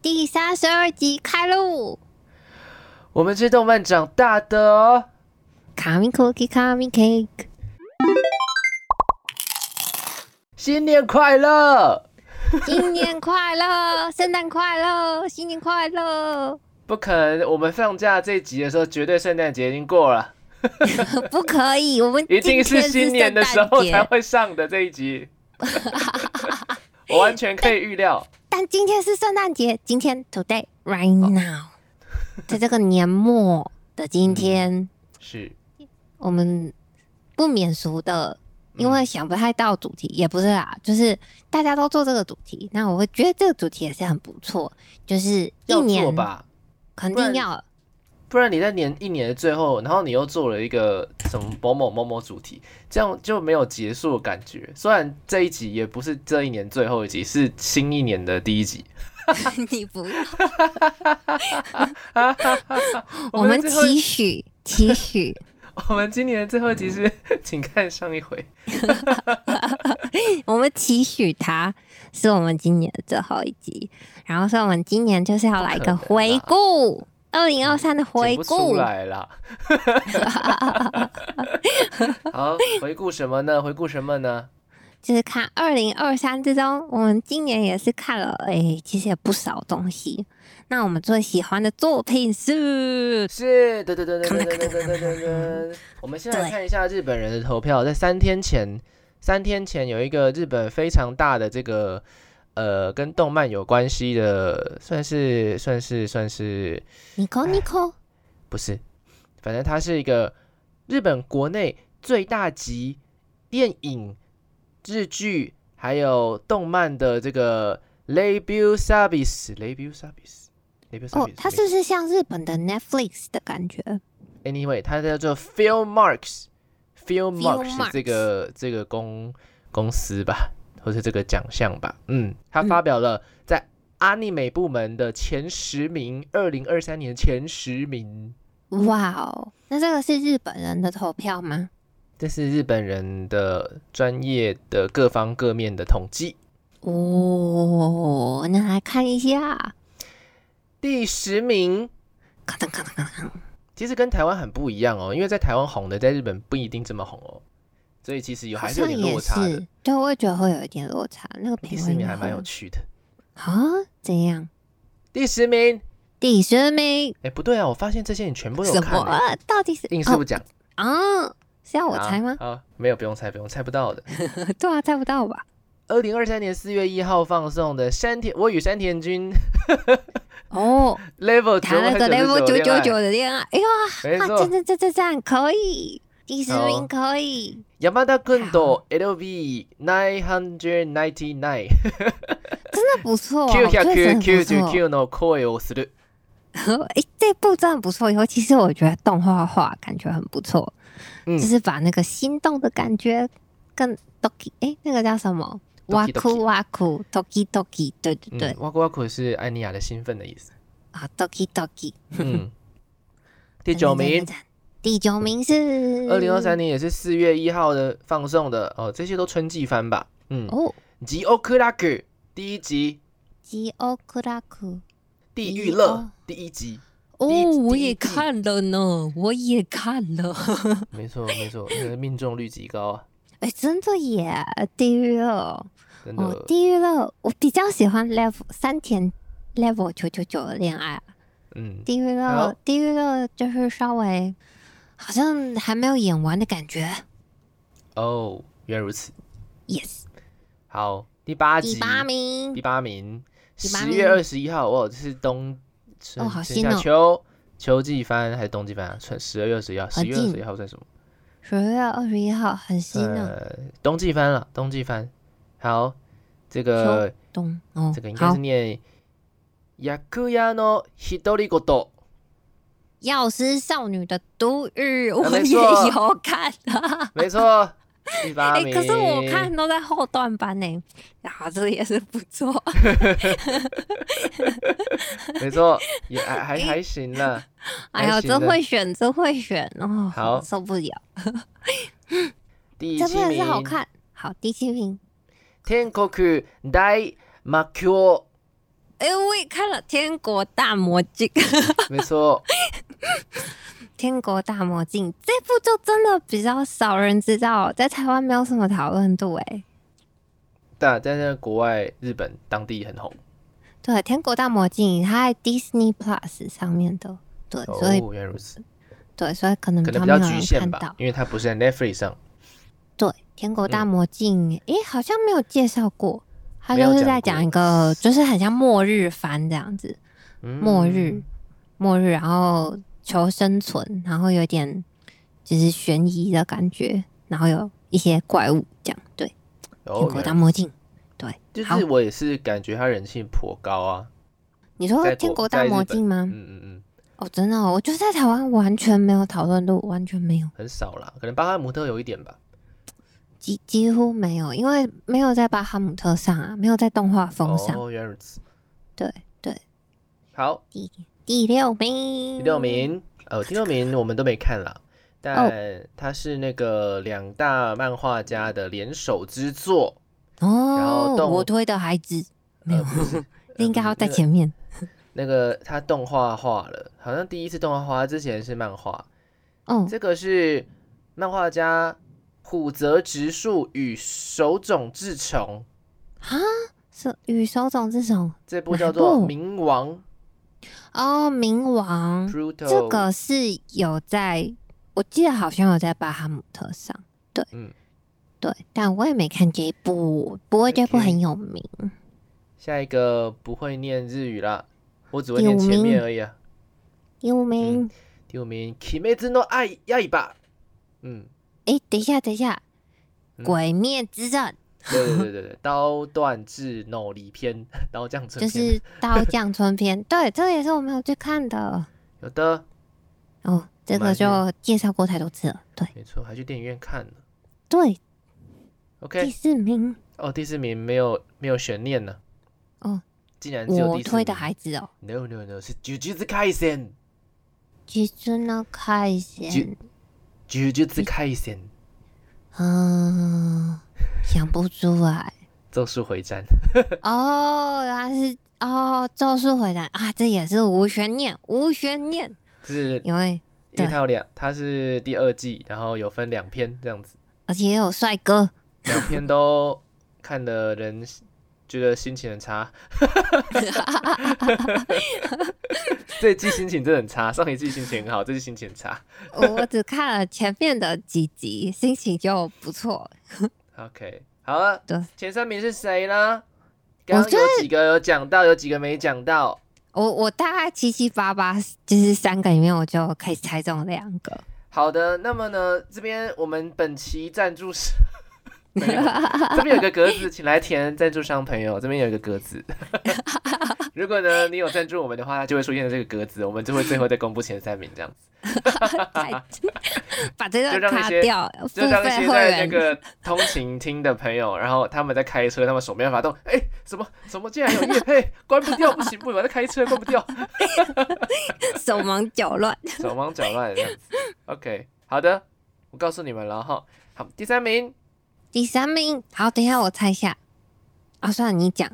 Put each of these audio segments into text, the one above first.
第三十二集开录。我们是动漫长大的哦，卡米 cookie，卡米 cake，新年快乐！新年快 乐，圣诞快乐，新年快乐！不可能，我们放假这一集的时候，绝对圣诞节已经过了，不可以，我们一定今天新年的时候圣才诞节。会上的这一集。我完全可以预料，但今天是圣诞节，今天 today right Oh now，、在这个年末的今嗯天，是我们不免俗的，因为想不太到主题，也不是啦，就是大家都做这个主题，那我会觉得这个主题也是很不错，就是一要做年吧，肯不然定要不然你在年一年的最后，然后你又做了一个什么某某某某主题，这样就没有结束的感觉。虽然这一集也不是这一年最后一集，是新一年的第一集。 你不 要，我我们们最后期许期 许，我们今年的最后一集是，请看上一回。我们期许它是我们今年的最后一集，然后所以我们今年就是要来一个不可能回啦顾，二零二三的回剪不出顾，来啦。 好，回顾什么呢？回顾什么呢？就是看二零二三之中，我们今年也是看了，诶、其实也不少东西。那我们最喜欢的作品是，是，噔噔噔噔噔噔噔噔噔噔。我们先来对看一下日本人的投票，在三天前，三天前有一个日本非常大的这个呃跟动漫有关系的，算是算是算是尼 i 哎尼 o 不是，反正它是一个日本国内最大集电影、日剧还有动漫的这个 Review Service，Review Service，Review Service 哦，它是不没是像日本的 Netflix 的感觉？ Anyway，它叫做 Filmworks，Filmworks Filmworks 这个这个公公司吧，或是这个奖项吧，嗯，它发表了在阿尼美部门的前十名，二零二三年前十名。哇哦，那这个是日本人的投票吗？这是日本人的专业的各方各面的统计。哦，那来看一下，第十名咔噔咔噔咔噔，其实跟台湾很不一样哦，因为在台湾红的，在日本不一定这么红哦，所以其实有好还是有像点也落差的是。，对，我也觉得会有一点落差。那个第评十论名也还会蛮有趣的。啊？怎样？第十名，第十名哎，不对啊，我发现这些你全部都有什看么欸，？到底是硬是哦不讲。啊？是要我好猜吗？啊，没有，不用猜，不用猜不到的。对啊，猜不到吧？二零二三年四月一号放送的山田，我与山田君 哦， level 九谈了个 level 九九九，的恋爱，哎呦啊，没啊错赞。赞赞赞赞，可以，第十好名可以，山田君と LV nine hundred ninety nine 真的不错、啊，九我觉得真百九的十不错。九の声をする。 哎、这部真的不错，尤其是我觉得动画化感觉很不错，嗯就是把那个心动的感觉更 doki，哎、那个叫什么？哇 Doki 酷哇酷，doki doki，对对对嗯，、哇酷哇酷是艾尼亚的兴奋的意 思。啊，doki doki。嗯，第九名，赞，赞赞赞第九名是二零二三年也是四月一号的放送的哦，这些都春季番吧。嗯，哦， 《吉欧克拉克》第一集，吉欧克拉克。 《地狱吉乐欧》第一集，哦，第一我第一也季看了呢，我也看了。 没错没错，那个命中率极高啊，哎、真的耶！地狱乐，真哦的，。地狱乐，我比较喜欢 level 三田 level 九九九的恋爱啊。嗯，地狱乐好，地狱乐就是稍微好像还没有演完的感觉。哦，原来如此。 Yes，好，第八集，第八名第，八名，嗯第八十名月二十一号，哇，这是冬春哦好春新夏哦秋秋季番还是冬季番啊？春十二月二十一号，很十月二近十一号算什么？十月二十一号，很新哦呢。呃，冬季番了，冬季番。好，这个咚哦这个应，该好是，念ヤクヤのひとりご と。药师少女的毒语啊我没也错有看啊。没错，第八 哎、名。可是我看都在后段班呢，啊，这也是不 错。没错，也还还还行啦。哎呀，还行的真会选，真会选哦，好受不了，第这部七也是名，好看。好，第七名，天国大魔教。哎、我也看了《天国大魔镜》，没错， 《天国大魔镜》这部就真的比较少人知道，在台湾没有什么讨论度哎、但但在国外日本当地很红对，《天国大魔镜》它在 Disney Plus 上面的，对，哦所以、，原来如此，对，所以可能可比能较没比较有人局限看到吧，。因为它不是在 Netflix 上，对，《天国大嗯魔镜》诶、好像没有介绍过，它没就有是讲在讲一个，就是很像末日番这样子，嗯末日，末日，然后求生存，然后有点就是悬疑的感觉，然后有一些怪物这样。对，《天哦，国原大来魔镜》就好是我也是感觉它人气颇高啊，你说在《国天国在大日魔本镜》吗？嗯嗯嗯，哦，真的、哦，我就是在台湾完全没有讨论度，完全没有，很少啦，可能巴哈姆特有一点吧，几几乎没有，因为没有在巴哈姆特上啊，没有在动画风上。哦，原来如此，对对，好，第第六名，第六，名，呃，第六名我们都没看啦，哦但它是那个两大漫画家的联手之作，然哦后，动我推的孩子没有，呃应该要在。不是前面。那个它动画化了，好像第一次动画化，它之前是漫画。哦，这个是漫画家浦泽直树与手冢治虫，啊，是与手冢治虫这部叫哪做部《冥王哦，冥王 Pluto》。嗯这个是有在，我记得好像有在巴哈姆特上，对，嗯对，但我也没看这一部，不过这部 OK 很有名。下一个不会念日语啦，我只会第念五前面名而已啊。有嗯名，第五名《Kimetsu no Ai y a i b a 嗯，哎、等一下，等一下，嗯鬼灭之刃》对对对 对对，刀断智脑里篇， 刀匠这就篇，是《刀匠村篇》， 对，这个也是我没有去看的。有的，哦，这蛮个就介绍过太多次了。对没错，还去电影院看了。对，第 OK，四名，哦，第四名没有没有悬念呢。哦，竟然只有我第四推的名孩子哦， No no no，是 Jujutsu Kaisen。其实呢，看一下，就 Jujutsu Kaisen，嗯，想不出 来。咒术回 战。哦，原来是哦，《咒术回战》啊，这也是无悬念，无悬念，就是因为因对为它有两，它是第二季，然后有分两篇这样子，而且也有帅 哥。两篇都看的人觉得心情很差。 这一季心情真的很差，上一季心情很好，这季心情很差。我只看了前面的几集，心情就不错。 OK，好了对，前三名是谁呢？刚我刚觉有几个有讲到，有几个没讲到。我我大概七七八八，就是三个里面我就可以猜中两个。好的，那么呢，这边我们本期赞助 商，没有这边有个格子，请来填赞助商朋友，这边有一个格子。如果呢你有赞助我们的话，它就会出现在这个格子，我们就会最后再公布前三名这样子。太把这就段让那卡些掉，付就当一费些会在那员。个通勤听的朋友，然后他们在开车，他们手没办法动，哎、什么什么竟然有夜配，关不掉，不行不行，我在开车关不 掉， 手忙脚乱。手忙脚乱这样子。OK，好的，我告诉你们了哈。好，第三名第三名，好，等一下我猜一下。啊、算了，你讲。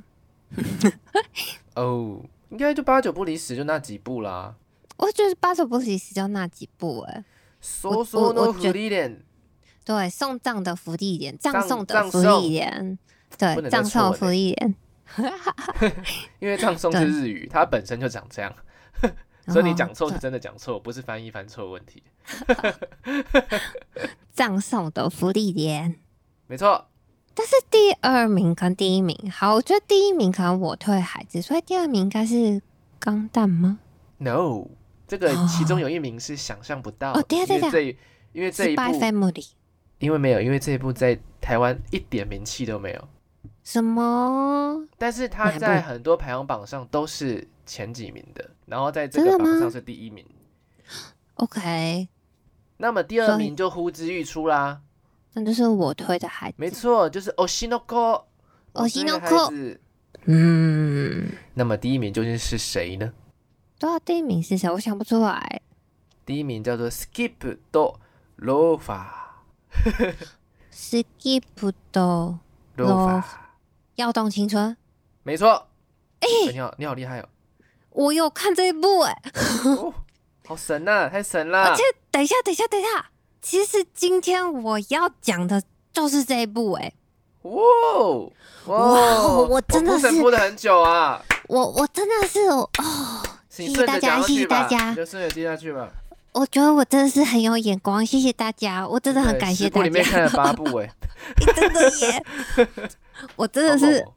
哦，应该就八九不离十，就那几部啦。我就是八首不离十就那几部哎、说说我诺觉福利脸，对，送葬的福利点，葬葬送的葬福利送点点，不对，能再葬送错的福嘞利点。因为唱诵是对日语，它本身就长这样，所以你哦讲错是对真的讲错，不是翻译翻错问题。葬送的福利点。没错，但是第二名跟第一名，好，我觉得第一名可能我推孩子，所以第二名应该是钢弹吗？ No，这个哦其中有一名是想象不到的，哦等一下因等为这因为这是一 By 部， Family 因为没有，因为这一部在台湾一点名气都没有，什么？但是哪它一部在很多排行榜上都是前几名的，然后在这真个的榜吗上是第一名。 OK，那么第二所以名就呼之欲出啦，那就是我推的孩子。没错，就是 Oshinoko，哦 Oshinoko 子。嗯，那么第一名究竟是谁呢？对啊，第一名是谁？我想不出来。第一名叫做 Skip 的 Lofa Skip 的 Lofa Lofa， 《耀动青春》没错，哎，哎你好，你好 厉害哦！我有看这一部哎、哦，好神呐、太神啦而！且等一下，等一下，等一下，其实今天我要讲的就是这一部哎、哇哦哇哦我真的铺陈是铺的很久啊！我我真的是哦，请谢谢顺大着家讲下谢谢去吧大家你就顺着接下去吧。我觉得我真的是很有眼光，谢谢大家，我真的很对感十谢部大里面看家，了八部哎， 真的 耶，我真的是好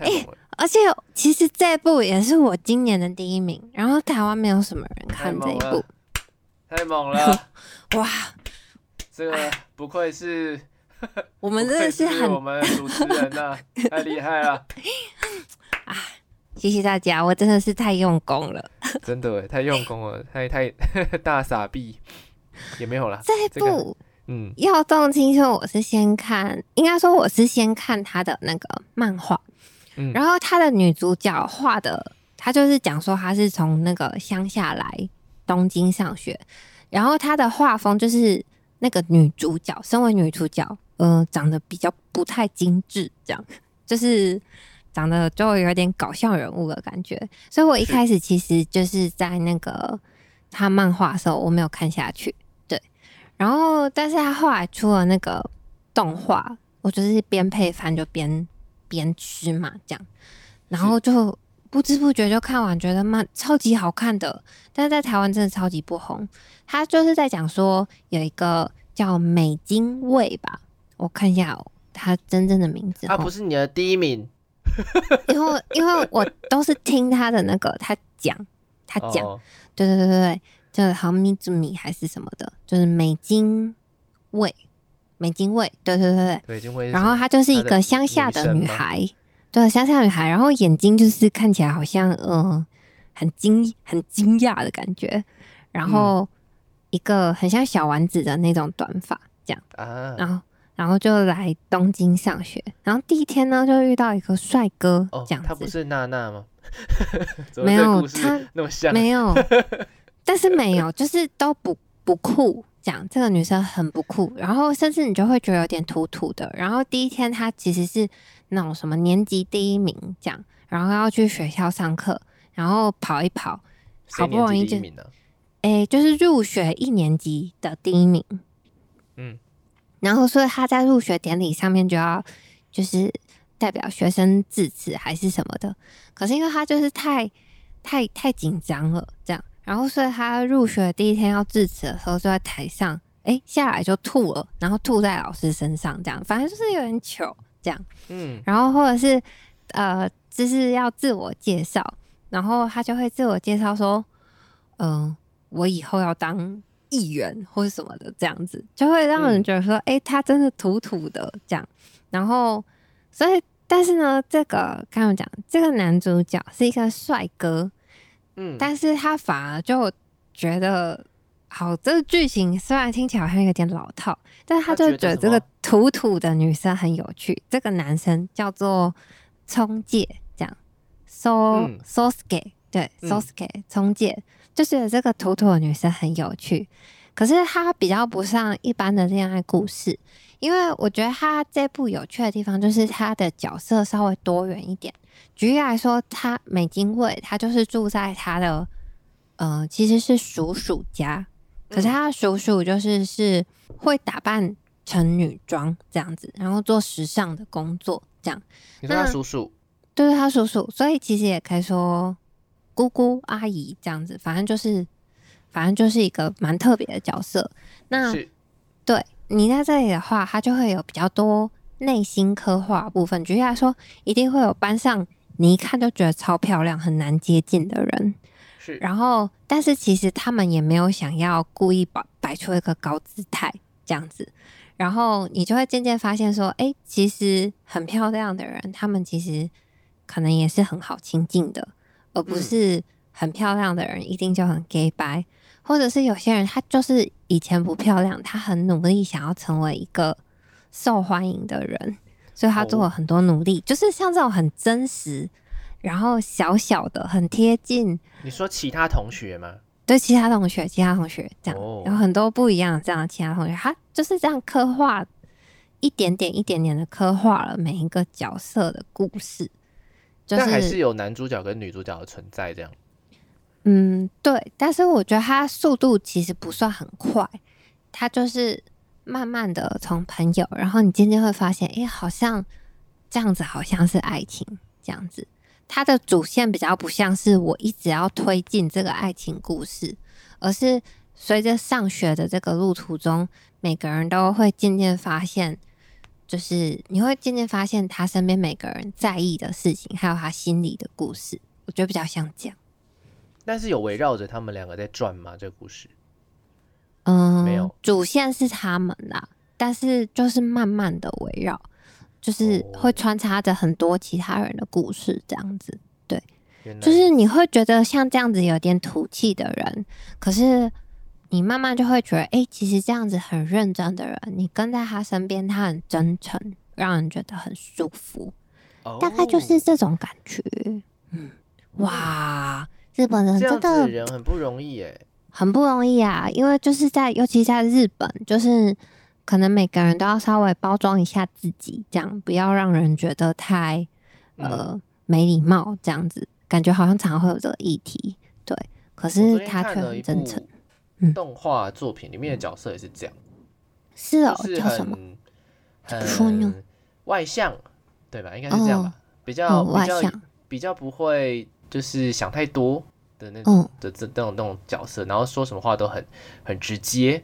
猛哦太猛了，而且其实这部也是我今年的第一名，然后台湾没有什么人太看这猛一了部，，太猛了！哇，这个不愧是，我不们真愧的是我很们主持人呐、太厉害了， 谢谢大家，我真的是太用功了。真的哎，太用功了，太太 大傻逼，也没有啦。这一这个部嗯， 《要动青春》，我是先看，应该说我是先看他的那个漫画，嗯然后他的女主角画的，她就是讲说她是从那个乡下来东京上学，然后她的画风就是那个女主角，身为女主角，呃，长得比较不太精致，这样 就是长得就有点搞笑人物的感觉，所以我一是开始其实就是在那个他漫画的时候，我没有看下去。然后，但是他后来出了那个动画，我就是边配饭就边边吃嘛，这样，然后就不知不觉就看完，觉得蛮超级好看的，但是在台湾真的超级不红。他就是在讲说有一个叫美津卫吧，我看一下哦他真正的名字、哦，他啊不是你的第一名，因为因为我都是听他的那个他讲他讲，哦，对对对对对，就是好米之米还是什么的，就是美金味，美金味，对对对对。对，已经会是什然么。后她就是一她的个乡下女的神女吗孩，对，乡下女孩，然后眼睛就是看起来好像呃很惊很惊讶的感觉，嗯然后一个很像小丸子的那种短发这样。啊，然后然后就来东京上学，然后第一天呢就遇到一个帅哥，哦这样，子。他不是娜娜吗？ 怎么没这有故事她那么像，没有，但是没有，就是都不不酷。讲这个女生很不酷，然后甚至你就会觉得有点土土的。然后第一天她其实是那种什么年级第一名这样，然后要去学校上课，然后跑一跑，谁好不年容级易第一就名呢？诶，就是入学一年级的第一名。嗯，然后所以他在入学典礼上面就要就是代表学生致辞还是什么的，可是因为他就是太太太紧张了，这样，然后所以他入学第一天要致辞的时候就在台上，诶，下来就吐了，然后吐在老师身上，这样，反正就是有点糗这样。嗯，然后或者是呃，就是要自我介绍，然后他就会自我介绍说，嗯、我以后要当议员或者什么的，这样子就会让人嗯觉得说，哎、他真的土土的这样。然后，所以但是呢，这个刚刚讲这个男主角是一个帅哥，嗯，但是他反而就觉得。好，这个剧情虽然听起来好像有点老套，但是他他就觉觉得得什这个么土土的女生很有趣。这个男生叫做冲介，这样，so 嗯 so s k e 对嗯 so s k e 冲介，就觉得这个土土的女生很有趣。可是她比较不上一般的恋爱故事，因为我觉得她这部有趣的地方就是她的角色稍微多元一点。举例来说，她美津卫，她就是住在她的，呃，其实是叔叔家，嗯可是她的叔叔就是是会打扮成女装这样子，然后做时尚的工作这样，你说他那叔叔，就是她叔叔，所以其实也可以说姑姑阿姨这样子，反正就是反正就是一个蛮特别的角色。那是对你在这里的话，它就会有比较多内心刻画的部分。举例来说，一定会有班上你一看就觉得超漂亮、很难接近的人，是，然后但是其实他们也没有想要故意摆摆出一个高姿态这样子，然后你就会渐渐发现说，哎、其实很漂亮的人，他们其实可能也是很好亲近的，而不嗯是很漂亮的人一定就很 gay 白，或者是有些人他就是以前不漂亮，他很努力想要成为一个受欢迎的人，所以他做哦了很多努力，就是像这种很真实，然后小小的很贴近。你说其他同学吗？对其他同学，其他同学这样，哦有很多不一样的这样的其他同学，他就是这样刻画一点点、一点点的刻画了每一个角色的故事。就是但还是有男主角跟女主角的存在这样。嗯，对，但是我觉得他速度其实不算很快，他就是慢慢的从朋友，然后你渐渐会发现，诶，好像这样子好像是爱情这样子，它的主线比较不像是我一直要推进这个爱情故事，而是随着上学的这个路途中，每个人都会渐渐发现。就是你会渐渐发现他身边每个人在意的事情，还有他心里的故事，我觉得比较像这样。但是有围绕着他们两个在转吗？这个故事嗯，没有主线是他们啦，但是就是慢慢的围绕，就是会哦穿插着很多其他人的故事，这样子，原来就是你会觉得像这样子有点土气的人，可是你慢慢就会觉得，哎、其实这样子很认真的人，你跟在他身边，他很真诚，让人觉得很舒服，大概就是哦这种感觉。嗯，哇，日本人这样嗯真子的的人很不容易哎。很不容易啊，因为就是在，尤其在日本，就是可能每个人都要稍微包装一下自己，这样不要让人觉得太嗯呃、没礼貌，这样子感觉好像常会有这个议题。对，可我昨是天他看却了一很真部诚。嗯动画作品里面的角色也是这样，是哦，就是叫什么？很么说呢很外向，对吧？应该是这样吧，比较嗯，比外较向。比较不会就是想太多的那种嗯的这那种那种角色，然后说什么话都很很直接，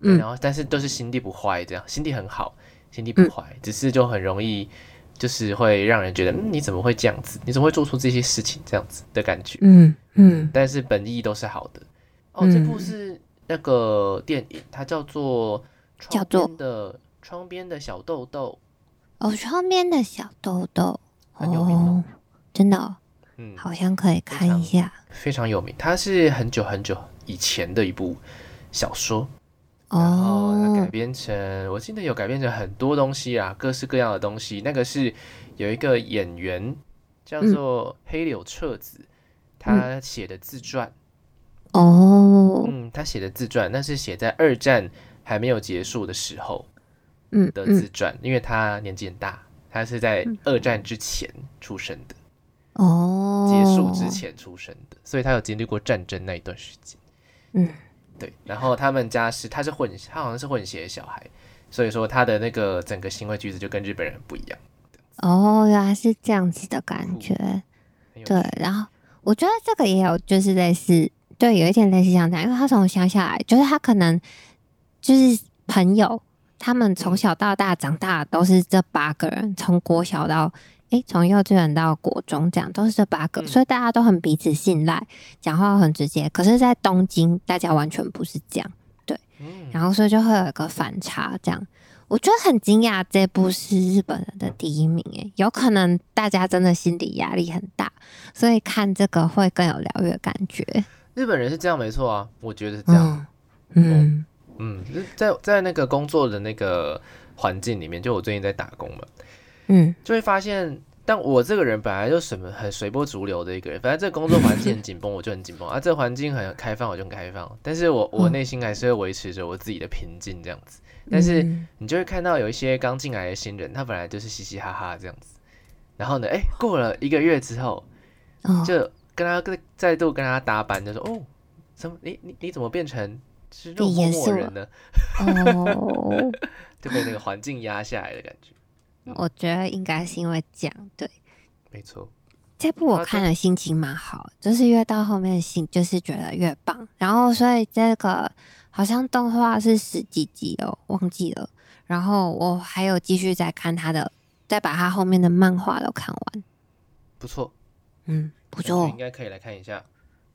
嗯然后但是都是心地不坏，这样心地很好，心地不嗯坏，只是就很容易就是会让人觉得，嗯，你怎么会这样子？你怎么会做出这些事情这样子的感觉？嗯嗯，但是本意都是好的。哦，嗯这部是那个电影，它叫做《窗叫做边的窗边的小豆豆哦，窗边的小豆豆，很有名哦哦，真的哦、》，嗯，好像可以看常一下非常有名。它是很久很久以前的一部小说，然后它改哦。编成，我记得有改编成很多东西啊，各式各样的东西。那个是有一个演员叫嗯做黑柳彻子，他写的自传，哦，嗯，他写的自传，那是写在二战还没有结束的时候。嗯的嗯自传，因为他年纪很大，他是在二战之前出生的，哦，结束之，前出生的，所以他有经历过战争那一段时间。嗯，对，然后他们家是他是混，他好像是混血的小孩，所以说他的那个整个行为举止就跟日本人很不一样，哦，原来是这样子的感酷觉。很有对趣，然后我觉得这个也有，就是类似，对，有一点类似像这样，因为他从乡下来，就是他可能就是朋友，他们从小到大长大的都是这八个人，从国小到。诶，从幼稚园到国中，这样都是这八个，嗯所以大家都很彼此信赖，讲话很直接。可是，在东京，大家完全不是这样。嗯，然后所以就会有一个反差，这样我觉得很惊讶，这部是日本人的第一名诶，有可能大家真的心理压力很大，所以看这个会更有疗愈的感觉。日本人是这样没错啊，我觉得是这样，嗯嗯嗯，就是在在那个工作的那个环境里面，就我最近在打工嘛，嗯就会发现，但我这个人本来就什么很随波逐流的一个人，反正这个工作环境很紧绷，我就很紧绷啊；这个环境很开放，我就很开放。但是我我嗯内心还是会维持着我自己的平静这样子。但是嗯你就会看到有一些刚进来的新人，他本来就是嘻嘻哈哈这样子，然后呢，哎，过了一个月之后，哦就跟他再再度跟他搭班，就说哦，怎么你你你怎么变成是那种变严默默肃人了呢？ 哦，就被那个环境压下来的感觉。我觉得应该是因为这样对。没错，这部哦我看了心情蛮好，就是越到后面心就是觉得越棒，然后所以这个好像动画是十几集哦，忘记了。然后我还有继续再看它的，再把它后面的漫画都看完。不错，嗯，不感觉错应，该可以来看一下。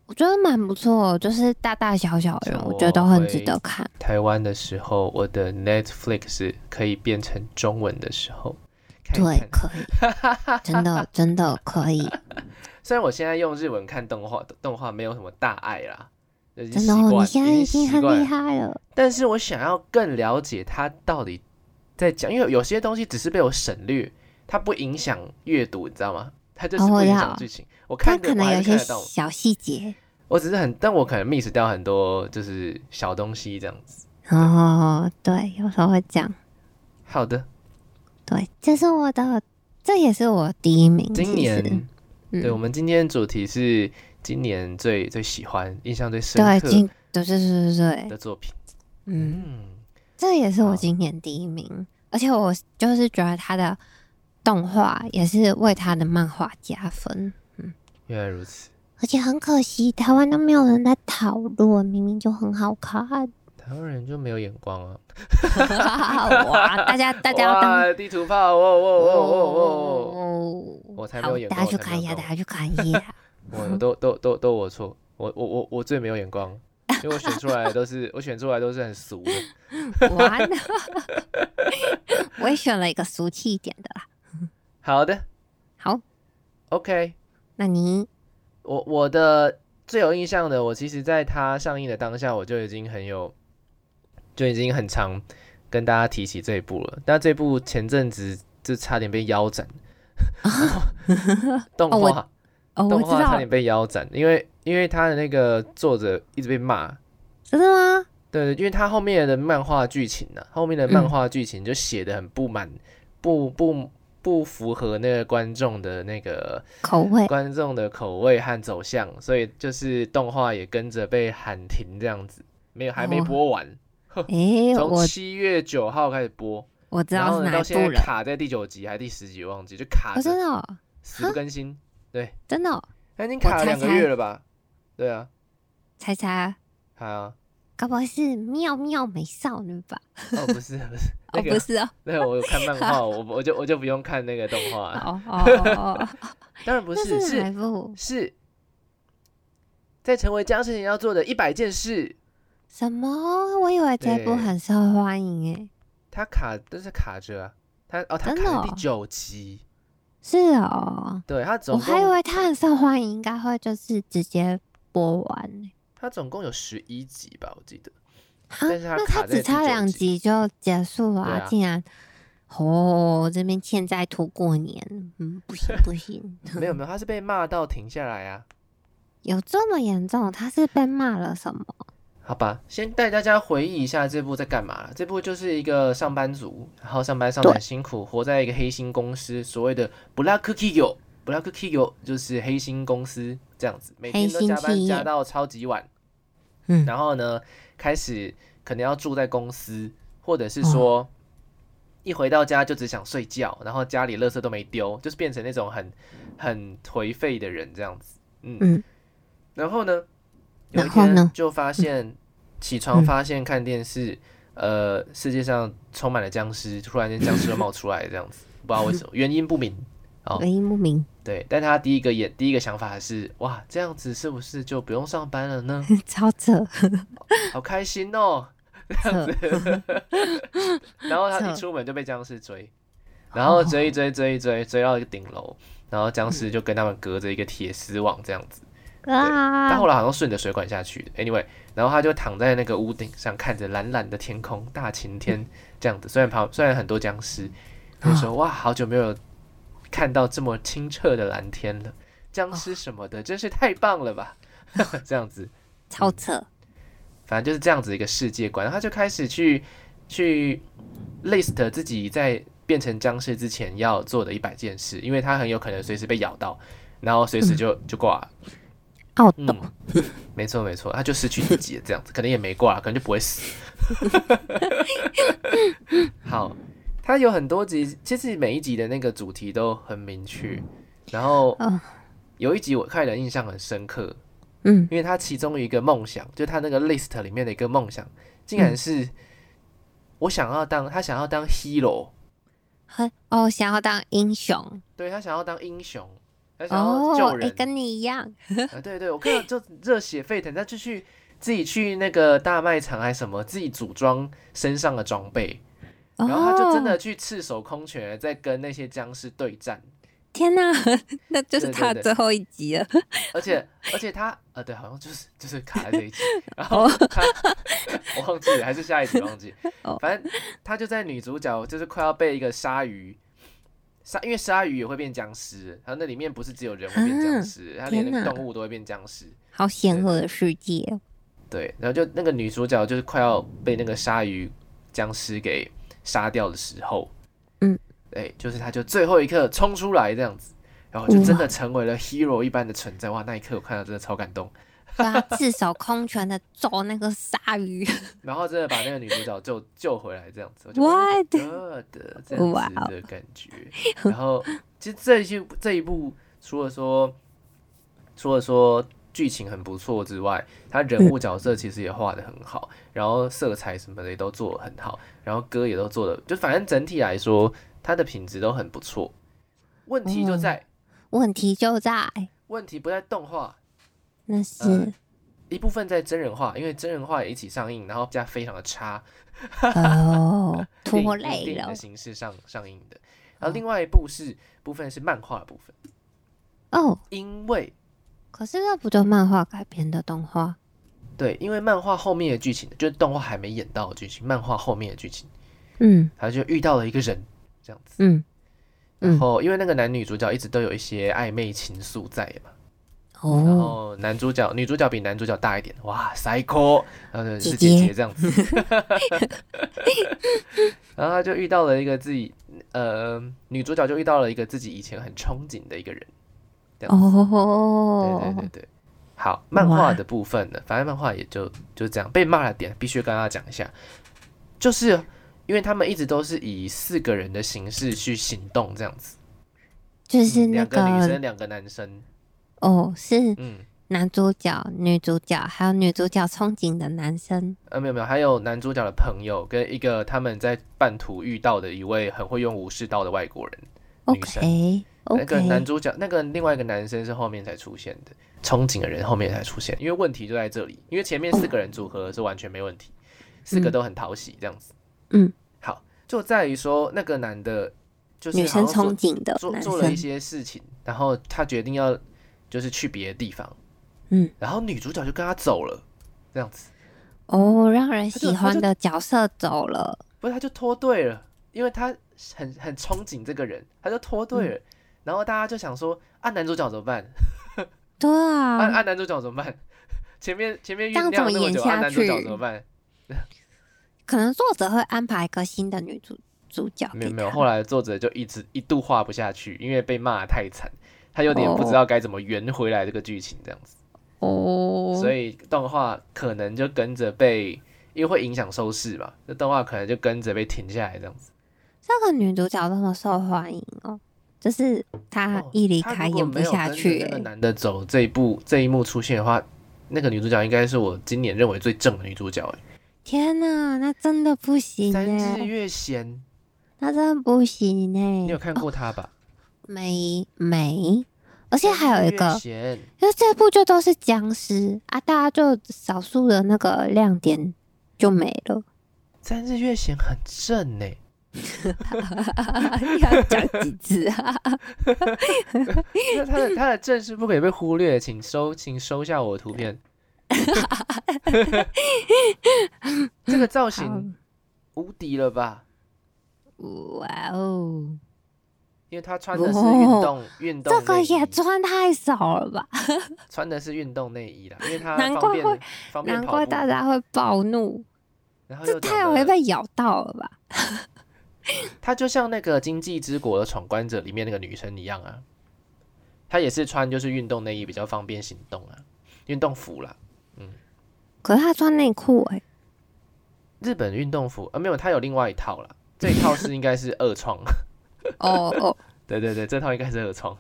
我觉得蛮不错，就是大大小小的人，像我觉得都很我值会得看。台湾的时候，我的 Netflix 可以变成中文的时候，看一对看，。可以，真 的真的可以，虽然我现在用日文看动画，动画没有什么大碍啦，已经真的习惯哦，了，你现在已经习很惯厉了。害了。但是我想要更了解他到底在讲，因为有些东西只是被我省略，它不影响阅读，你知道吗？它就是哦不我影知响道剧情。我它看的可我能还有是些看得到，小细节，我只是很，但我可能 miss 掉很多就是小东西这样子。哦，对，有时候会这样。好的，对，这是我的，这也是我第一名。其今实年嗯对，我们今天主题是今年最最喜欢、印象最深对，刻今对对对对对，的作品。嗯，嗯，这也是好我今年第一名，而且我就是觉得他的动画也是为他的漫画加分，原来如此。而且很可惜，台湾都没有人在讨论，明明就很好 看。台湾人就没有眼光啊！哇，大家大家要当哇，地图炮！哦哦哦哦哦！我才没有好眼，大光家去我才看没一下，有眼大家去看一下。我都都都都我错，我我我我最没有眼光，因为我选出来的都是我选出来都是很俗的。完了， 我也选了一个俗气一点的啦。好的好， ，OK，那你我我的最有印象的，我其实在它上映的当下，我就已经很有，就已经很常跟大家提起这一部了。但这部前阵子就差点被腰 斩，动哦我画、哦，我动知画差道点，被腰斩，因为因为它的那个作者一直被骂，真的吗？对，因为他后面的漫画剧情呢、后面的漫画剧情就写的很不满，不不不符合那个观众的那个口 味观众的口味和走向，所以就是动画也跟着被喊停这样子，没有还没哦播完，诶，从我七月九号开始播，我知然道后是呢哪到一现在部了。卡在第九集还是第十集忘记，就卡哦，真着的哦，死不更新，真的哦，他已经我卡了猜两个猜月了吧？对啊，猜猜啊，卡啊，该不会是妙妙美少女吧？哦不是不是 哦，那不个是哦，那个我有看漫 画，我我就我就不用看那个动画了。哦哦哦哦，哦当啊 然不那是，是哪一是部？是，在成为僵尸人要做的一百件事，什么？我以为这部对很受欢迎诶，他卡都是卡着、啊，他哦，他真的卡了第哦九集，是哦，对他总我还以共为它很受欢迎，应该会就是直接播完欸。他总共有十一集吧，我记得，哈但是它啊那卡它在只差第九两集集就结束了、对啊竟然哦，这边欠债拖过年，嗯，不 行不行，没有没有，他是被骂到停下来啊。有这么严重？他是被骂了什么？好吧，先带大家回忆一下这部在干嘛啦。这部就是一个上班族，然后上班上得对很辛苦，活在一个黑心公司，所谓的 Black Kiyo。Black Kiyo 就是黑心公司这样子，每天黑都心加班企业加到超级晚。嗯然后呢，开始可能要住在公司，或者是说、嗯一回到家就只想睡觉，然后家里垃圾都没丢，就是变成那种很很颓废的人这样子。嗯，嗯然后呢，有一然后天呢就发现、起床嗯发现看电视，呃，世界上充满了僵尸，突然间僵尸就冒出来这样子，不知道为什么，原因不明。哦原因不明， 对，但他第一个眼第一个想法是，哇，这样子是不是就不用上班了呢？超 扯，好开心哦！扯，然后他一扯出门就被僵尸追，然后追一追追一追追到一个顶楼，然后僵尸就跟他们隔着一个铁丝网这样子，但啊后，来好像顺着水管下去的。Anyway，然后他就躺在那个屋顶上，看着蓝蓝的天空，大晴天这样子。虽然旁虽然很多僵尸，他就说哇，好久没有看到这么清澈的蓝天了，僵尸什么的真是太棒了吧， 这样子。超扯，反正就是这样子一个世界观，然后他就开始去去 list 自己在变成僵尸之前要做的一百件事，因为他很有可能随时被咬到，然后随时就就挂了。奥嗯斗，， 没错没错，他就失去自己了，这样子可能 也没挂，可能就不会死。 好，他有很多集，其实每一集的那个主题都很明确，然后嗯有一集我看的印象很深刻，嗯，因为他其中一个梦想，就他那个 list 里面的一个梦想，竟嗯然是我想要当他想要当 hero，很哦，想要当英雄对他想要当英雄，他想要哦救，哎、人。跟你一样，啊，对对，我看到就热血沸腾，他就去自己去那个大卖场还是什么，自己组装身上的装备，哦，然后他就真的去赤手空拳地在跟那些僵尸对战，天哪、 那就对是对他对的最后一集了，而且而且他呃对，好像就是就是卡在这一集，然后哦他我忘记了，还是下一集忘记哦，反正他就在女主角就是快要被一个鲨鱼。鲨，因为鲨鱼也会变僵尸，然后那里面不是只有人会变僵啊尸，它连天那个哪动物都会变僵尸。好对险恶的世界，对，然后就那个女主角就是快要被那个鲨鱼僵尸给杀掉的时候，嗯，对，就是她就最后一刻冲出来这样子，然后就真的哇成为了 hero 一般的存在。哇，那一刻我看到真的超感动。对啊，赤手空拳的揍那个鲨鱼，然后真的把那个女主角救救回来，这样子，我就 What？的这哇样哦子的感觉。然后其实这一些这一部，除了说除了说剧情很不错之外，他人物角色其实也画的很好，然后色彩什么的也都做的很好，然后歌也都做的，就反正整体来说，它的品质都很不错。问题就哦在、问题就在问题不在动画，那是、嗯一部分在真人化，因为真人化也一起上映，然后加非常的差。嗯 哦，电影拖用累电影了的。形式上上映的。然嗯后另外一部是部分是漫画的部分，哦，因为可是那不就漫画改编的动画？对，因为漫画后面的剧情就是动画还没演到的剧情，漫画后面的剧情，嗯他就遇到了一个人这样子，嗯然嗯，后因为那个男女主角一直都有一些暧昧情愫在嘛，然哦，后男主角女主角比男主角大一点，哇，psycho，然后就姐是姐姐姐这样子， 然后他就遇到了一个自己呃女主角就遇到了一个自己以前很憧憬的一个人。这样子对对对哦，对，好，漫画哇的部分呢，反正漫画也就就这样，被骂的点必须跟大家讲一下，就是因为他们一直都是以四个人的形式去行动这样子，就是那嗯两个女个生，两个男生，哦，是嗯，男主角、女主角，还有女主角憧憬的男生。呃，没有没有，还有男主角的朋友跟一个他们在半途遇到的一位很会用武士刀的外国人，女生 OK 那个男 OK，主角，那个另外一个男生是后面才出现的，憧憬的人后面才出现，因为问题就在这里，因为前面四个人组合是完全没问题，四嗯个都很讨喜这样子。嗯，好，就在于说那个男的，就是女生好像憧憬的做做男做了一生，些事情，然后他决定要就是去别的地方，嗯，然后女主角就跟他走了，这样子，哦，让人他就喜他欢就的角色走了。不是他就脱队了，因为他很很憧憬这个人，他就脱队嗯了，然后大家就想说啊，男主角怎么办？对按啊，按男主角怎么办？ 前面前面这酝样酿怎么那么演久，下按男主角去怎么办？可能作者会安排一个新的女主主角给没有没有，他后来作者就一直一度画不下去，因为被骂得太惨，他有点不知道该怎么圆回来这个剧情这样子，哦，所以动画可能就跟着被，因为会影响收视嘛，这动画可能就跟着被停下来这样子。这个女主角这么受欢迎哦，就是她哦一离他开如果演不没有下跟着去、那个欸，男的走这一部这一幕出现的话，那个女主角应该是我今年认为最正的女主角、欸，天哪，那真的不行三哎、枝月贤，那真的不行哎、你有看哦过她吧？没没，而且还有一三个枝，月贤因为这部就都是僵尸啊，大家就少数的那个亮点就没了。三日月弦很正呢，你 要讲几次啊？那他的他的正是不可以被忽略，请收请收下我的图 片。这个造好型无敌了吧？哇哦，因为他穿的是运动运动这内衣，个也穿太少了吧？穿的是运动内衣啦，因为他难怪方便会方便难跑怪步大，家会暴怒，然后这又太长容易得被咬到了吧？他就像那个《经济之国的闯关者》里面那个女生一样啊，她也是穿就是运动内衣比较方便行动啊，运动服啦。可是她穿内裤哎，日本运动服啊，没有，它有另外一套啦。 这一套是应该是二创，哦哦， 对对对，这套应该是二创。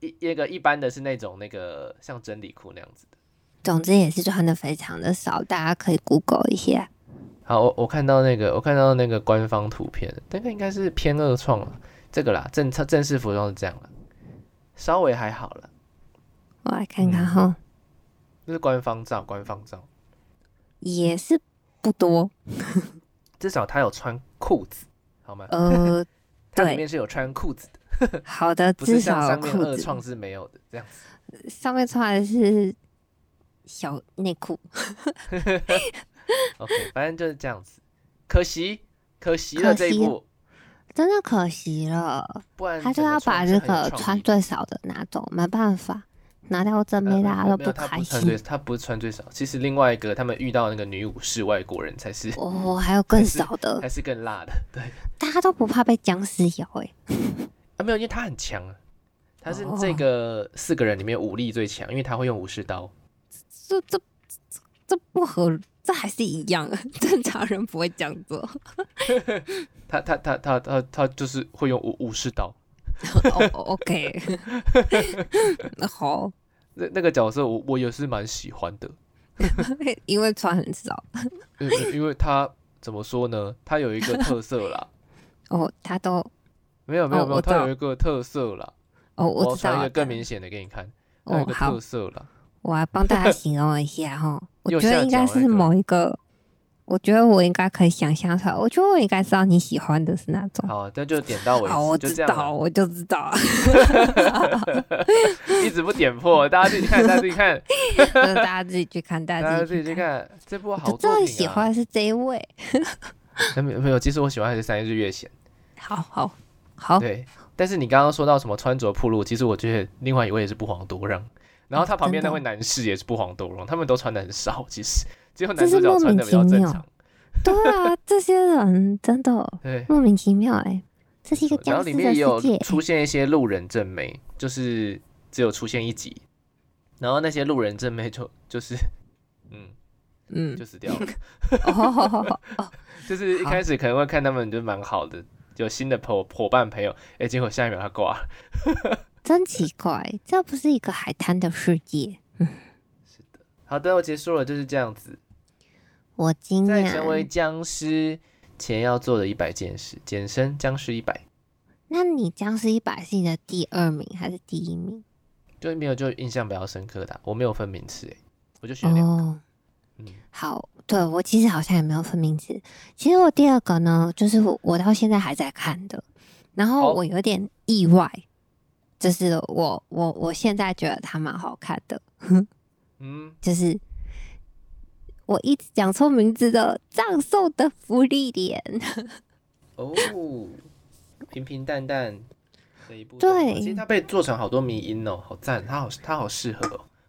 一一个一般的是那种那个像真理裤那样子的。总之也是穿的非常的少，大家可以 Google 一下。好，我我看到那个我看到那个官方图片，那个应该是偏二创了，这个啦，正正式服装是这样了，稍微还好了，我来看嗯看哈，这是官方照，官方照，也是不多，至少他有穿裤子，好吗？ 呃，它里对面是有穿裤子的，好的，不是至像少上有面裤二子创是没有的这样子。上面穿的是小内裤， OK，反正就是这样子，可惜可惜了可这一惜了步。真的可惜了，不然他就整个要把这穿是很个有创穿意最少的拿走，没办法，拿掉真的杯呃大没家都有没有他开不穿最心。他不是穿最少，其实另外一个他们遇到那个女武士外国人才是哦，还有更还是少的，才是更辣的，对大家都不怕被僵尸咬哎、啊没有，因为他很强啊，他是哦这个四个人里面武力最强，因为他会用武士刀。这这这这不合，这还是一样， 正常人不会这样 做。他他他他他他就是会用武武士刀。哦、o k 好，那那个角色我我也是蛮喜欢的，因为穿很少。因为因为他怎么说呢？他有一个特色啦，哦，他都没有没有哦没有，我他懂有一个特色啦。哦，我要我知传道一了个更明显的给你看，它有一哦个，好特，色啦。我来帮 大家形容一下哈。我右觉下得应该角那是个某一个，我觉得我应该可以想象出来。我觉得我应该知道你喜欢的是哪种。好，那就点到哦为好，我止，就知这样道，啦。我就知 道，一直不点破，大家自己看，大家自己看，那大家自己去看， 大大家家自自己己去。看。这部好我作最喜品啊！欢的是这一位，哎没有没有，其实我喜欢还是三日月弦。好好好，对，但是你刚刚说到什么穿着铺路，其实我觉得另外一位也是不遑多让。然后他旁边那哦真的位男士也是不遑多让，他们都穿的很少，其实只有男真是主角穿的比较莫名其正妙常。 对啊，这些人真的对，莫名其妙哎、这是一个啊然后僵里尸面的也有世界。出现一些路人正妹，就是只有出现一集，然后那些路人正妹就就是，嗯，嗯就，死掉了。哦， 就是一好开始可能会看他们就蛮好的，有新的伙伙伴朋友，哎、结果下一秒他挂了。真奇怪，这不是一个海滩的世界。好的，我结束了，就是这样子。我惊在成为讶。僵尸前要做的一百件事，简称僵尸一百，那你僵尸一百是你的第二名还是第一名？就没有就印象比较深刻的啊、我没有分名次，哎，我就选两个，哦，嗯，好，对我其实好像也没有分名字。其实我第二个呢，就是我我到现在还在看的，然好后我有点意外，就是我我我现在觉得它蛮好看的，嗯，就是我一直讲错名字的葬送的福利脸，哦，平平淡淡的一部对动画，其实它被做成好多迷音哦，好赞，它好它好适合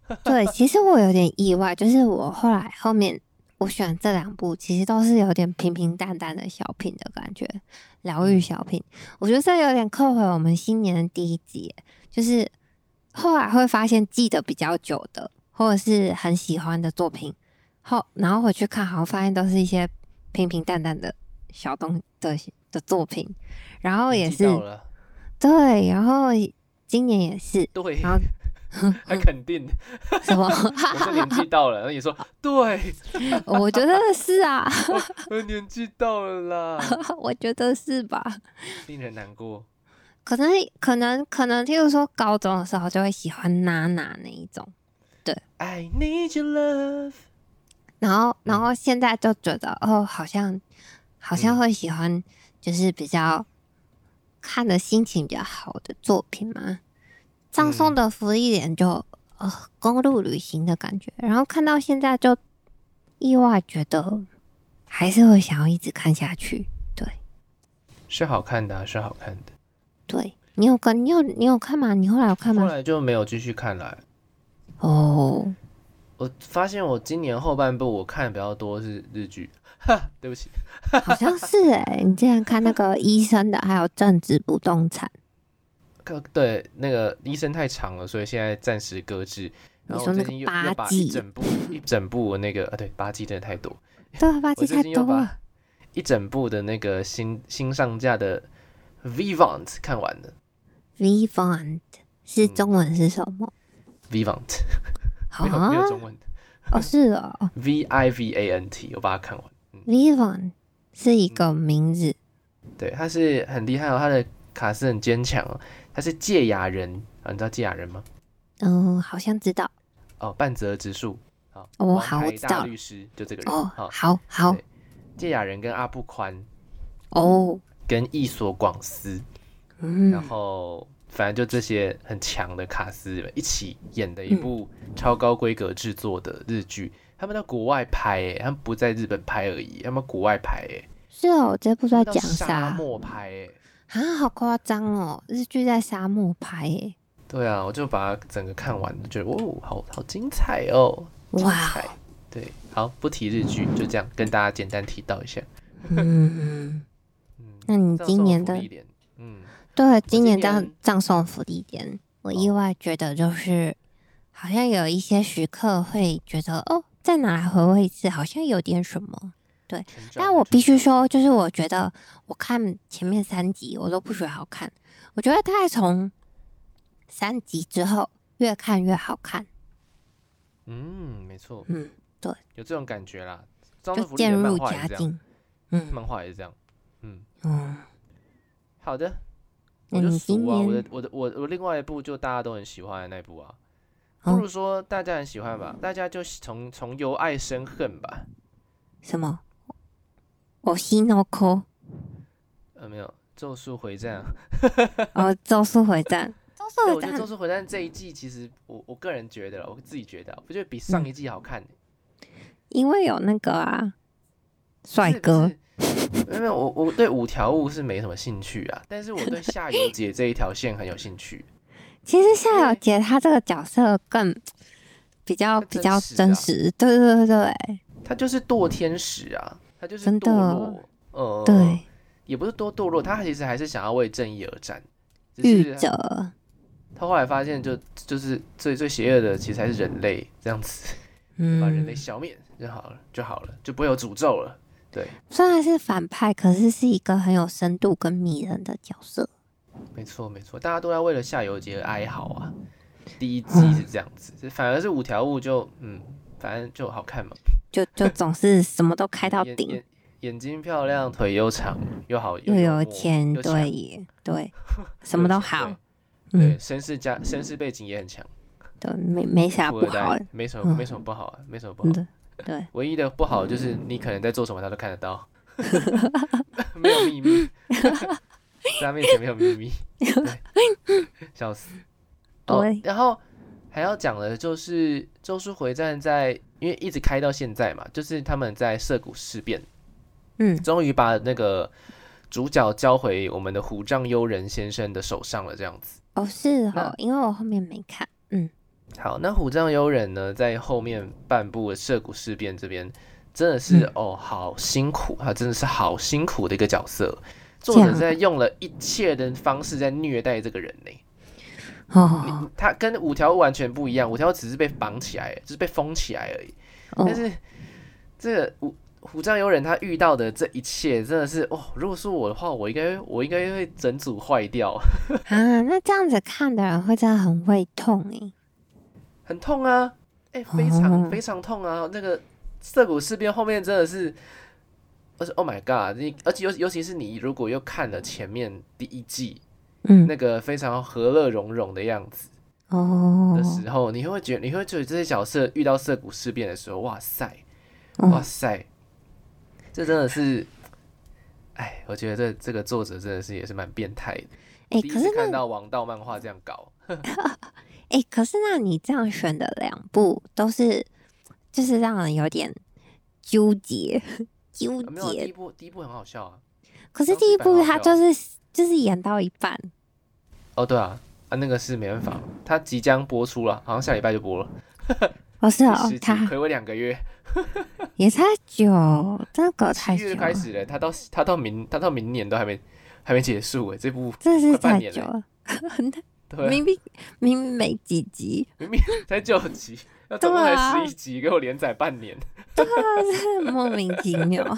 哦， 对，其实我有点意外，就是我后来后面我选这两部，其实都是有点平平淡淡的小品的感觉，疗嗯愈小品。我觉得这有点扣回我们新年的第一集耶，就是后来会发现记得比较久的，或者是很喜欢的作品，后然后回去看，好像发现都是一些平平淡淡的小东的的作品，然后哦也年纪到是了，对，然后今年也是，对，然后还肯 定，什么？我说年纪到了，然后你说对，我觉得是啊。我年纪到了啦， 我觉得是吧？令人难过。可能可能可能，譬如说高中的时候就会喜欢娜娜那一种， I need your love，然后嗯然后现在就觉得哦，好像好像嗯会喜欢就是比较看的心情比较好的作品嘛。葬送嗯的福利点就呃公路旅行的感觉，然后看到现在就意外觉得还是会想要一直看下去。是好看的、啊，是好看的。对你有跟你有你有看吗？你后来有看后吗？来就没有继续看了欸。哦，我发现我今年后半部我看的比较多是日剧，哈，对不起，好像是哎、你之前看那个医生的，还有政治不动产，可对那个医生太长了，所以现在暂时搁置。然你后说我那最个近又又八把一季，整部一整部的那个啊，对，八季真的太多，对啊，八 我季最太近又多把了。一整部的那个新新上架的《Vivant》看完了， Vivant 是嗯中文是什么？ 《Vivant 啊》没有没有中文的哦，是哦，V I V A N T，我把它看完。嗯， ，Vivant 是一个名字，对，他是很厉害哦，他的卡斯很坚强哦，他是芥雅人啊，你知道芥雅人吗？嗯，好像知道哦，半泽直树，好，哦王好我牌知道大了律师就这个人，哦好，，好好对芥雅人跟阿布宽哦，跟伊索广司，然嗯，后反正就这些很强的卡斯一起演的一部嗯超高规格制作的日剧，他们到国外拍、欸，他们不在日本拍而已，他们国外拍、欸，是哦，这部他在们到讲沙啥漠拍、欸，啊？好夸张哦，日剧在沙漠拍欸耶，对啊，我就把它整个看完，就觉得哦，好好精彩哦，精 哇，彩。对，好，不提日剧，就这样跟大家简单提到一下。嗯，嗯，那你葬今送年福的利莲嗯，对，今今年年哦葬葬送福利点，我意外觉得就是好像有一些时刻会觉得哦，再拿来回味一次，好像有点什么。成长但我必须成长说，就是我觉得我看前面三集我都不觉得好看，我觉得大概从三集之后越看越好看，嗯，没错，嗯，有这种感觉啦。张就福利渐的漫入画也佳是这样，境。嗯漫画也是这样。嗯，嗯，好的，那我就你今数啊，我的年我的我我另外一部就大家都很喜欢的那部啊，不哦如说大家很喜欢吧，大家就从从由爱生恨吧。什么？我西诺科呃，没有，《咒术回战》啊，哦，咒术回战，咒术 对我回觉得《咒战，术回战》这一季其实我我个人觉得啦，我自己觉得啊，我觉得比嗯上一季好看欸、因为有那个啊，帅是不哥是。没有没有，我我对五条悟是没什么兴趣啊，但是我对夏油姐这一条线很有兴趣。其实夏小杰她这个角色更比较更比较真真实啊实，对对对对他就是堕天使啊，他就是真的堕落，呃，对，，也不是多堕落，他其实还是想要为正义而战，只御是者，他后来发现就就是最最邪恶的其实还是人类，这样子把人类嗯，消灭就好了，就好了，就不会有诅咒了。对，虽然是反派，可是是一个很有深度跟迷人的角色。没错没错，大家都在为了夏油杰而哀嚎啊。第一季嗯是这样子，反而是五条悟就嗯，反正就好看嘛，就 就总是什么都开到眼顶眼，眼睛漂亮，腿又长，又好又幽有默钱，又强对耶 对，什么都有钱好，对，对嗯，绅士家绅士背景也很强，对，没没啥富啊不二好代，没什嗯么没什么不好啊，没什么不好真。的，对，唯一的不好就是你可能在做什么他都看得到， 没有秘密，在他面前没有秘密，对笑死。哦对，然后还要讲的就是《咒术回战》在，因为一直开到现在嘛，就是他们在涩谷事变，嗯终于把那个主角交回我们的虎杖悠仁先生的手上了，这样子。哦是那哦，因为我后面没看，嗯好，那虎杖悠仁呢，在后面半部的涉谷事变这边，真的是、嗯哦，好辛苦，他真的是好辛苦的一个角色。作这样者啊在用了一切的方式在虐待这个人呢、哦他跟五条悟完全不一样，五条悟只是被绑起来，就是被封起来而已。哦但，是这个虎虎杖悠仁他遇到的这一切，真的是哦，如果是我的话，我应该我应该会整组坏掉，啊，那这样子看的人会真的很胃痛欸诶。很痛啊！哎、非常哦非常痛啊！那个涩谷事变后面真的是，而且 Oh my God！你而且尤尤其是你如果又看了前面第一季嗯那个非常和乐融融的样子哦的时候，你会觉得你会觉得这些角色遇到涩谷事变的时候，哇塞，哇哦，塞，这真的是。哎，我觉得这这个作者真的是也是蛮变态的。哎，第一可是次那看到王道漫画这样搞，哎、可是那你这样选的两部都是，就是让人有点纠结纠啊没有第一结。部第一部很好笑啊。可是当时第一版部好它就是就是演到一半，哦，对啊，啊，那个是没办法，它即将播出了，好像下礼拜就播了，哦是第哦十，集，它暌违两 个月，也太久，这个哦太七久月了开，始了，它到它到明它到明年都还没还没结束哎，这部真的是快半太年久嘞了。对啊、明明明明没几集，明明才九集，那总共对才啊十一集，给我连载半年， 但是莫名其妙，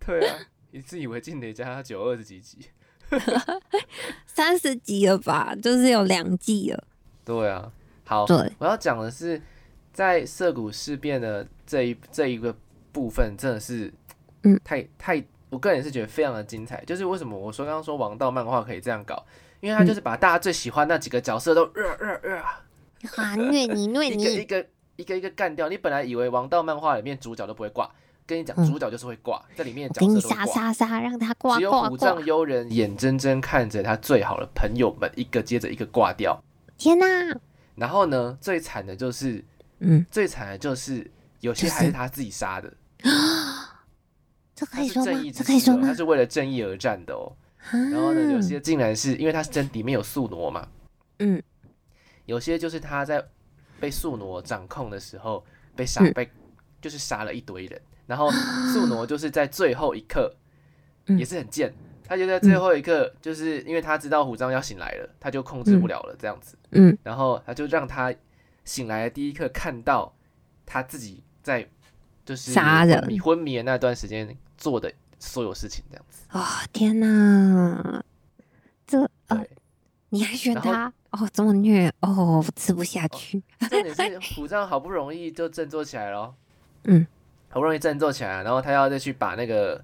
对啊，你自以为进得加它九二十几集，三十集了吧，就是有两季了。对啊，好，对，我要讲的是，在涩谷事变的这一这一个部分，真的是，嗯太太，我个人是觉得非常的精彩。就是为什么我说刚刚说王道漫画可以这样搞，因为他就是把大家最喜欢那几个角色都呃呃呃，啊，虐 你虐一个一你，个一个一个干掉。你本来以为王道漫画里面主角都不会挂，跟你讲嗯主角就是会挂，在里面我的给角你色都杀会挂。杀杀，让他挂只有挂虎挂杖！悠仁眼睁睁看着他最好的朋友们一个接着一个挂掉，天哪、然后呢，最惨的就是嗯，最惨的就是有些就是还是他自己杀的，这可他以是说正吗义？之这可以士说哦他吗？是为了正义而战的哦。然然后呢，有些竟然是因为他是真里面有宿傩嘛，嗯，有些就是他在被宿傩掌控的时候被杀，嗯被就是 杀了一堆人，然后宿傩就是在最后一刻嗯也是很贱，他就在最后一刻，就是因为他知道虎章要醒来了，他就控制不了了这样子，嗯，然后他就让他醒来的第一刻看到他自己在就是杀人昏迷昏迷的那段时间做的所有事情这样子，哦，天哪，这呃，对。你还选然后他哦，这么虐哦，我吃不下去。重点是虎杖好不容易就振作起来了， 嗯，好不容易振作起来，然后他要再去把那个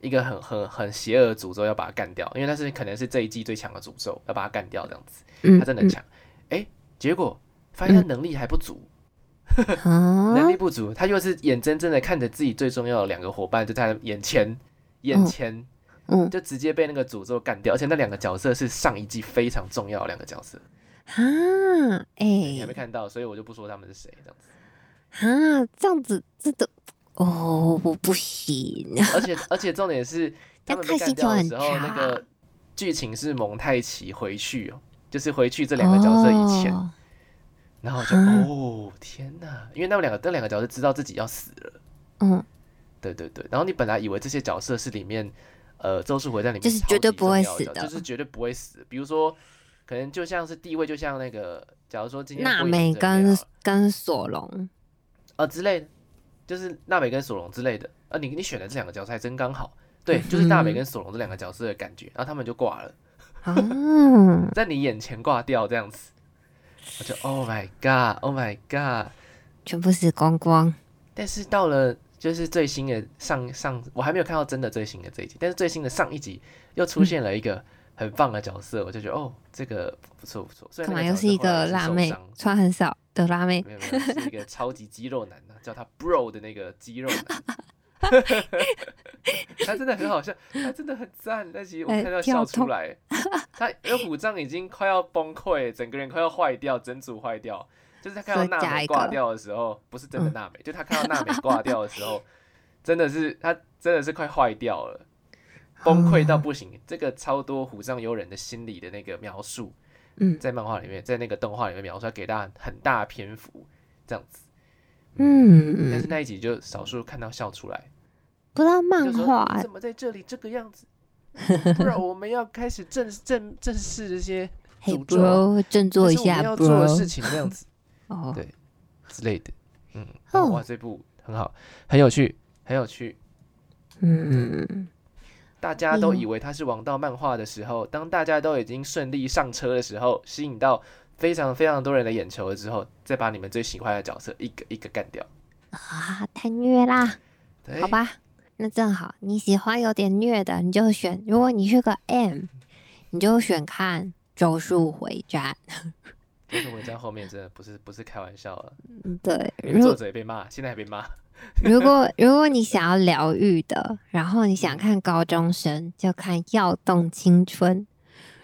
一个很很很邪恶的诅咒要把它干掉，因为那是可能是这一季最强的诅咒，要把它干掉这样子，嗯，他真的很强。哎、结果发现他能力还不足，嗯能啊力不足，他又是眼睁睁的看着自己最重要的两个伙伴就在他眼前，眼嗯前。嗯就直接被那个诅咒干掉，而且那两个角色是上一季非常重要的两个角色，啊，你哎还没看到，所以我就不说他们是谁这样子。啊，这样子这都哦，我不行。而且而且重点 是，他们被干掉的时候，那个剧情是蒙太奇回去哦，就是回去这两个角色以前，哦然后我就啊哦天哪，因为那两个那两个角色知道自己要死了，嗯，对对对，然后你本来以为这些角色是里面呃《咒术回战》里面就是超级绝对不会重要角死的就是绝对不会死，比如说可能就像是地位，就像那个假如说今天娜火影美忍者里面跟好了跟索隆，啊呃之类的，就是娜美跟索隆之类的。呃，你你选的这两个角色还真刚好，对，就是娜美嗯跟索隆这两个角色的感觉，然后他们就挂了，啊，在你眼前挂掉这样子。我就 Oh my God，Oh my God！全部死光光。但是到了就是最新的上上，我还没有看到真的最新的这一集，但是最新的上一集又出现了一个很棒的角色，我就觉得哦，这个不错不错。虽然干那嘛个又角色是一后个来辣受妹伤，穿很少的辣妹？没有没有，是一个超级肌肉男的，叫他 bro 的那个肌肉男。他真的很好笑，他真的很赞，但其实我哎看到跳笑出痛来。他那虎杖已经快要崩溃，整个人快要坏掉，整组坏掉。就是他看到说娜加美一挂个嗯掉的时候，不是真的娜美，就他看到娜美挂掉的时候，真的是他真的是快坏掉了，崩溃到不啊行。这个超多虎杖悠人的心理的那个描述，嗯在漫画里面，在那个动画里面描述，给大家很大的篇幅这样子。但嗯，是那一集就少数看到笑出来，不知道就漫说画你怎么在这里这个样子？ 不然我们要开始正正正视这些嘿诅咒啊 bro，振作一这是我下们要做的事，bro。情这样子哦对之类的。嗯，哦哇，这部很好，很有趣，很有趣。嗯，大家都嗯以为它是王道漫画的时候，当大家都已经顺利上车的时候，吸引到非常非常多人的眼球了之后，再把你们最喜欢的角色一个一个干掉。哎啊，太虐啦，对好，吧，那正好你喜欢有点虐的，你就选。如果你是个 M，你就选看《咒术回战就是文章后面真的不是不是开玩笑了，》。对，因为如作者也被骂，现在还被骂。如 果如果你想要疗愈的，然后你想看高中生，就看《耀动青春》。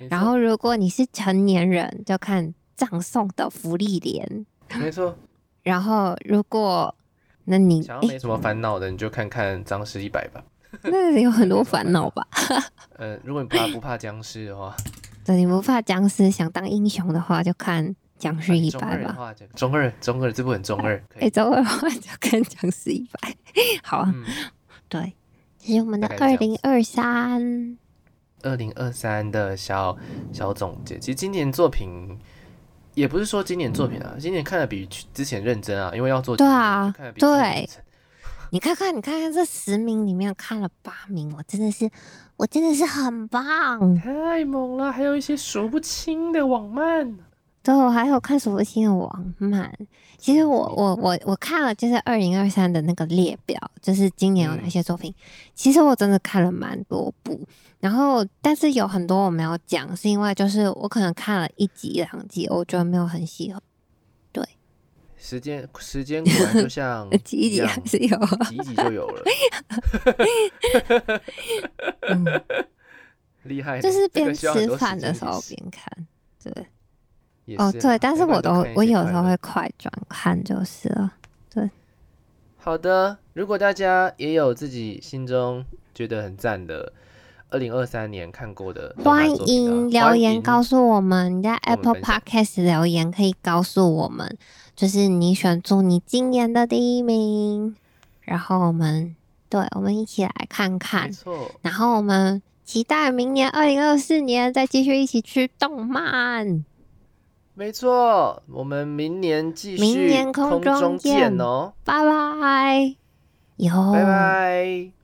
没然错后，如果你是成年人，就看葬送的福利莲。没错，然后，如果那你想嗯要诶，没什么烦恼的，你就看看《僵尸一百》吧。那有很多烦恼吧？呃，如果你怕不怕僵尸的话，对，你不怕僵尸，想当英雄的话，就看僵尸一啊中二百的吧。话就中二，中二这部很中二，可哎，以。周二的话就看僵尸一百。好啊，嗯，对，这是我们的大概二是这零样二三。二零二三的小小总结，其实今年作品也不是说今年作品啊，今年看的比去之前认真啊，因为要做嗯对节目啊就看得比之前对认真你看看，你看看这十名里面看了八名，我真的是，我真的是很棒。太猛了，还有一些数不清的网漫。对，我还有看《数不清的王漫》。其实嗯我我我我看了，就是二零二三的那个列表，就是今年有嗯哪些作品。其实我真的看了蛮多部，然后但是有很多我没有讲，是因为就是我可能看了一集两集，我觉得没有很喜欢。时间时间果然 就像集一哦一集还是有样 啊，挤一挤就有了，嗯，厉害 呢。就是这个边需要很吃多饭时的间时候去洗边看。对，也哦是啊对，啦但是要不然我就都看一我些有快时候乐会快转看就是了。好的，如果大家也有自己心中觉得很赞的二零二三年看过的动欢漫作品啊，迎留言告诉诉我们，你在跟我们 Apple 分享 Podcast 留言可以告诉我们，就是你选出你今年的第一名，然后我们对，我们一起来看没看，错，然后我们。期待明年二零二四年再继续一起去动漫。没错，我们明年继续明年空空中中见见哦，拜拜，以后拜拜。